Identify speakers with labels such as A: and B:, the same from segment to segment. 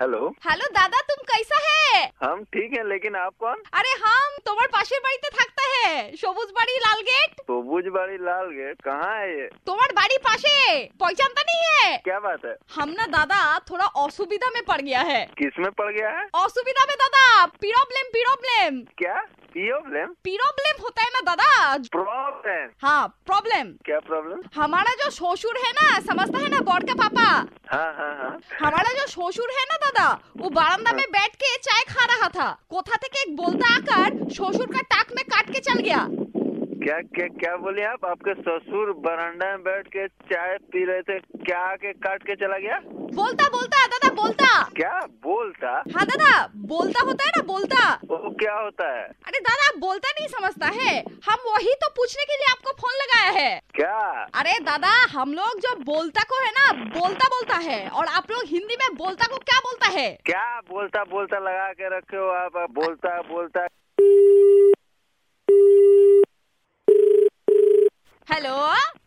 A: Hello
B: hello দাদা তুমি कैसा है
A: हम ठीक हैं लेकिन आप कौन
B: আরে হাম তোমার পাশের বাড়িতে থাকতে है সবুজ বাড়ি লাল গেট
A: सोबूज बाड़ी तो लाल गेट कहाँ है ये
B: তোমার বাড়ি পাশে पहचानता नहीं है
A: क्या बात है
B: हम ना दादा थोड़ा असुविधा में पड़ गया है
A: किसमें पड़ गया है
B: असुविधा में दादा प्रॉब्लम प्रॉब्लम
A: क्या प्रॉब्लम
B: प्रॉब्लम होता है ना दादा
A: प्रॉब्लम
B: हाँ प्रॉब्लम
A: क्या प्रॉब्लम
B: हमारा जो ससुर है ना समझता है ना बड़ का पापा
A: हाँ हाँ हाँ
B: हमारा जो ससुर है ना दादा वो बारांदा में बैठ के चाय खा रहा था कोथा थे के एक बोलता आकर ससुर का टाक में काट के चल गया
A: क्या क्या क्या बोले आप आपके ससुर बरांडा में बैठ के चाय पी रहे थे क्या आके काट के चला गया
B: बोलता बोलता दादा बोलता
A: क्या बोलता
B: हाँ दादा बोलता होता है ना बोलता
A: वो क्या होता है
B: अरे दादा आप बोलता नहीं समझता है हम वही तो पूछने के लिए आपको फोन लगाया है
A: क्या
B: अरे दादा हम लोग जो बोलता को है ना बोलता बोलता है और आप लोग हिंदी में बोलता को क्या बोलता है
A: क्या बोलता बोलता लगा के रखे हो आप आप बोलता बोलता
B: हेलो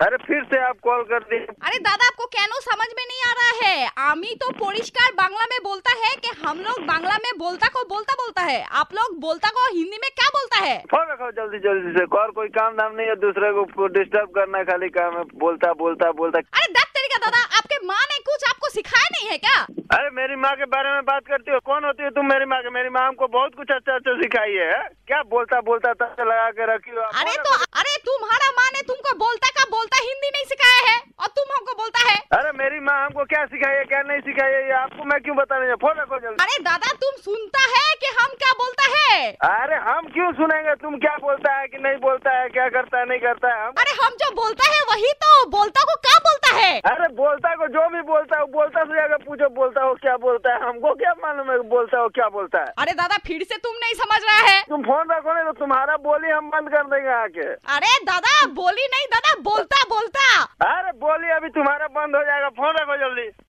A: अरे फिर से आप कॉल कर दिए
B: अरे दादा आपको कैनो समझ में नहीं आ रहा है आमी तो परिष्कार बांग्ला में बोलता है कि हम लोग बांग्ला में बोलता को बोलता बोलता है आप लोग बोलता को हिंदी में क्या बोलता है
A: फोन रखो जल्दी जल्दी से और कोई काम धाम नहीं है दूसरे को डिस्टर्ब करना खाली काम है बोलता बोलता बोलता
B: अरे दस तरीका दादा आपके माँ ने कुछ आपको सिखाया नहीं है क्या
A: अरे मेरी माँ के बारे में बात करती हो कौन होती हो तुम मेरी माँ के मेरी माँ हमको बहुत कुछ अच्छा अच्छा सिखाई है हैं? क्या बोलता बोलता तक लगा के रखी हो आप?
B: अरे
A: फोन
B: तो
A: रखो।
B: अरे तुम्हारा माँ ने तुमको बोलता का बोलता हिंदी नहीं सिखाया है और तुम हमको बोलता है
A: अरे मेरी माँ हमको क्या सिखाई है क्या नहीं सिखाई है ये आपको मैं क्यों बता रही हूँ फोन रखो जल्दी
B: अरे दादा तुम सुनता है कि हम क्या बोलता है
A: अरे हम क्यों सुनेंगे तुम क्या बोलता है कि नहीं बोलता है क्या करता है नहीं करता है हम
B: अरे हम जो बोलता है वही तो बोलता को क्या बोलता है
A: अरे बोलता को जो भी बोलता है बोलता से जाकर पूछो बोलता हो क्या बोलता है हमको क्या मालूम है बोलता हो क्या बोलता है
B: अरे दादा फिर से तुम नहीं समझ रहा है
A: तुम फोन रखो नहीं तो तुम्हारा बोली हम बंद कर देंगे आके
B: अरे दादा बोली नहीं दादा बोलता बोलता
A: अरे बोली अभी तुम्हारा बंद हो जाएगा फोन रखो जल्दी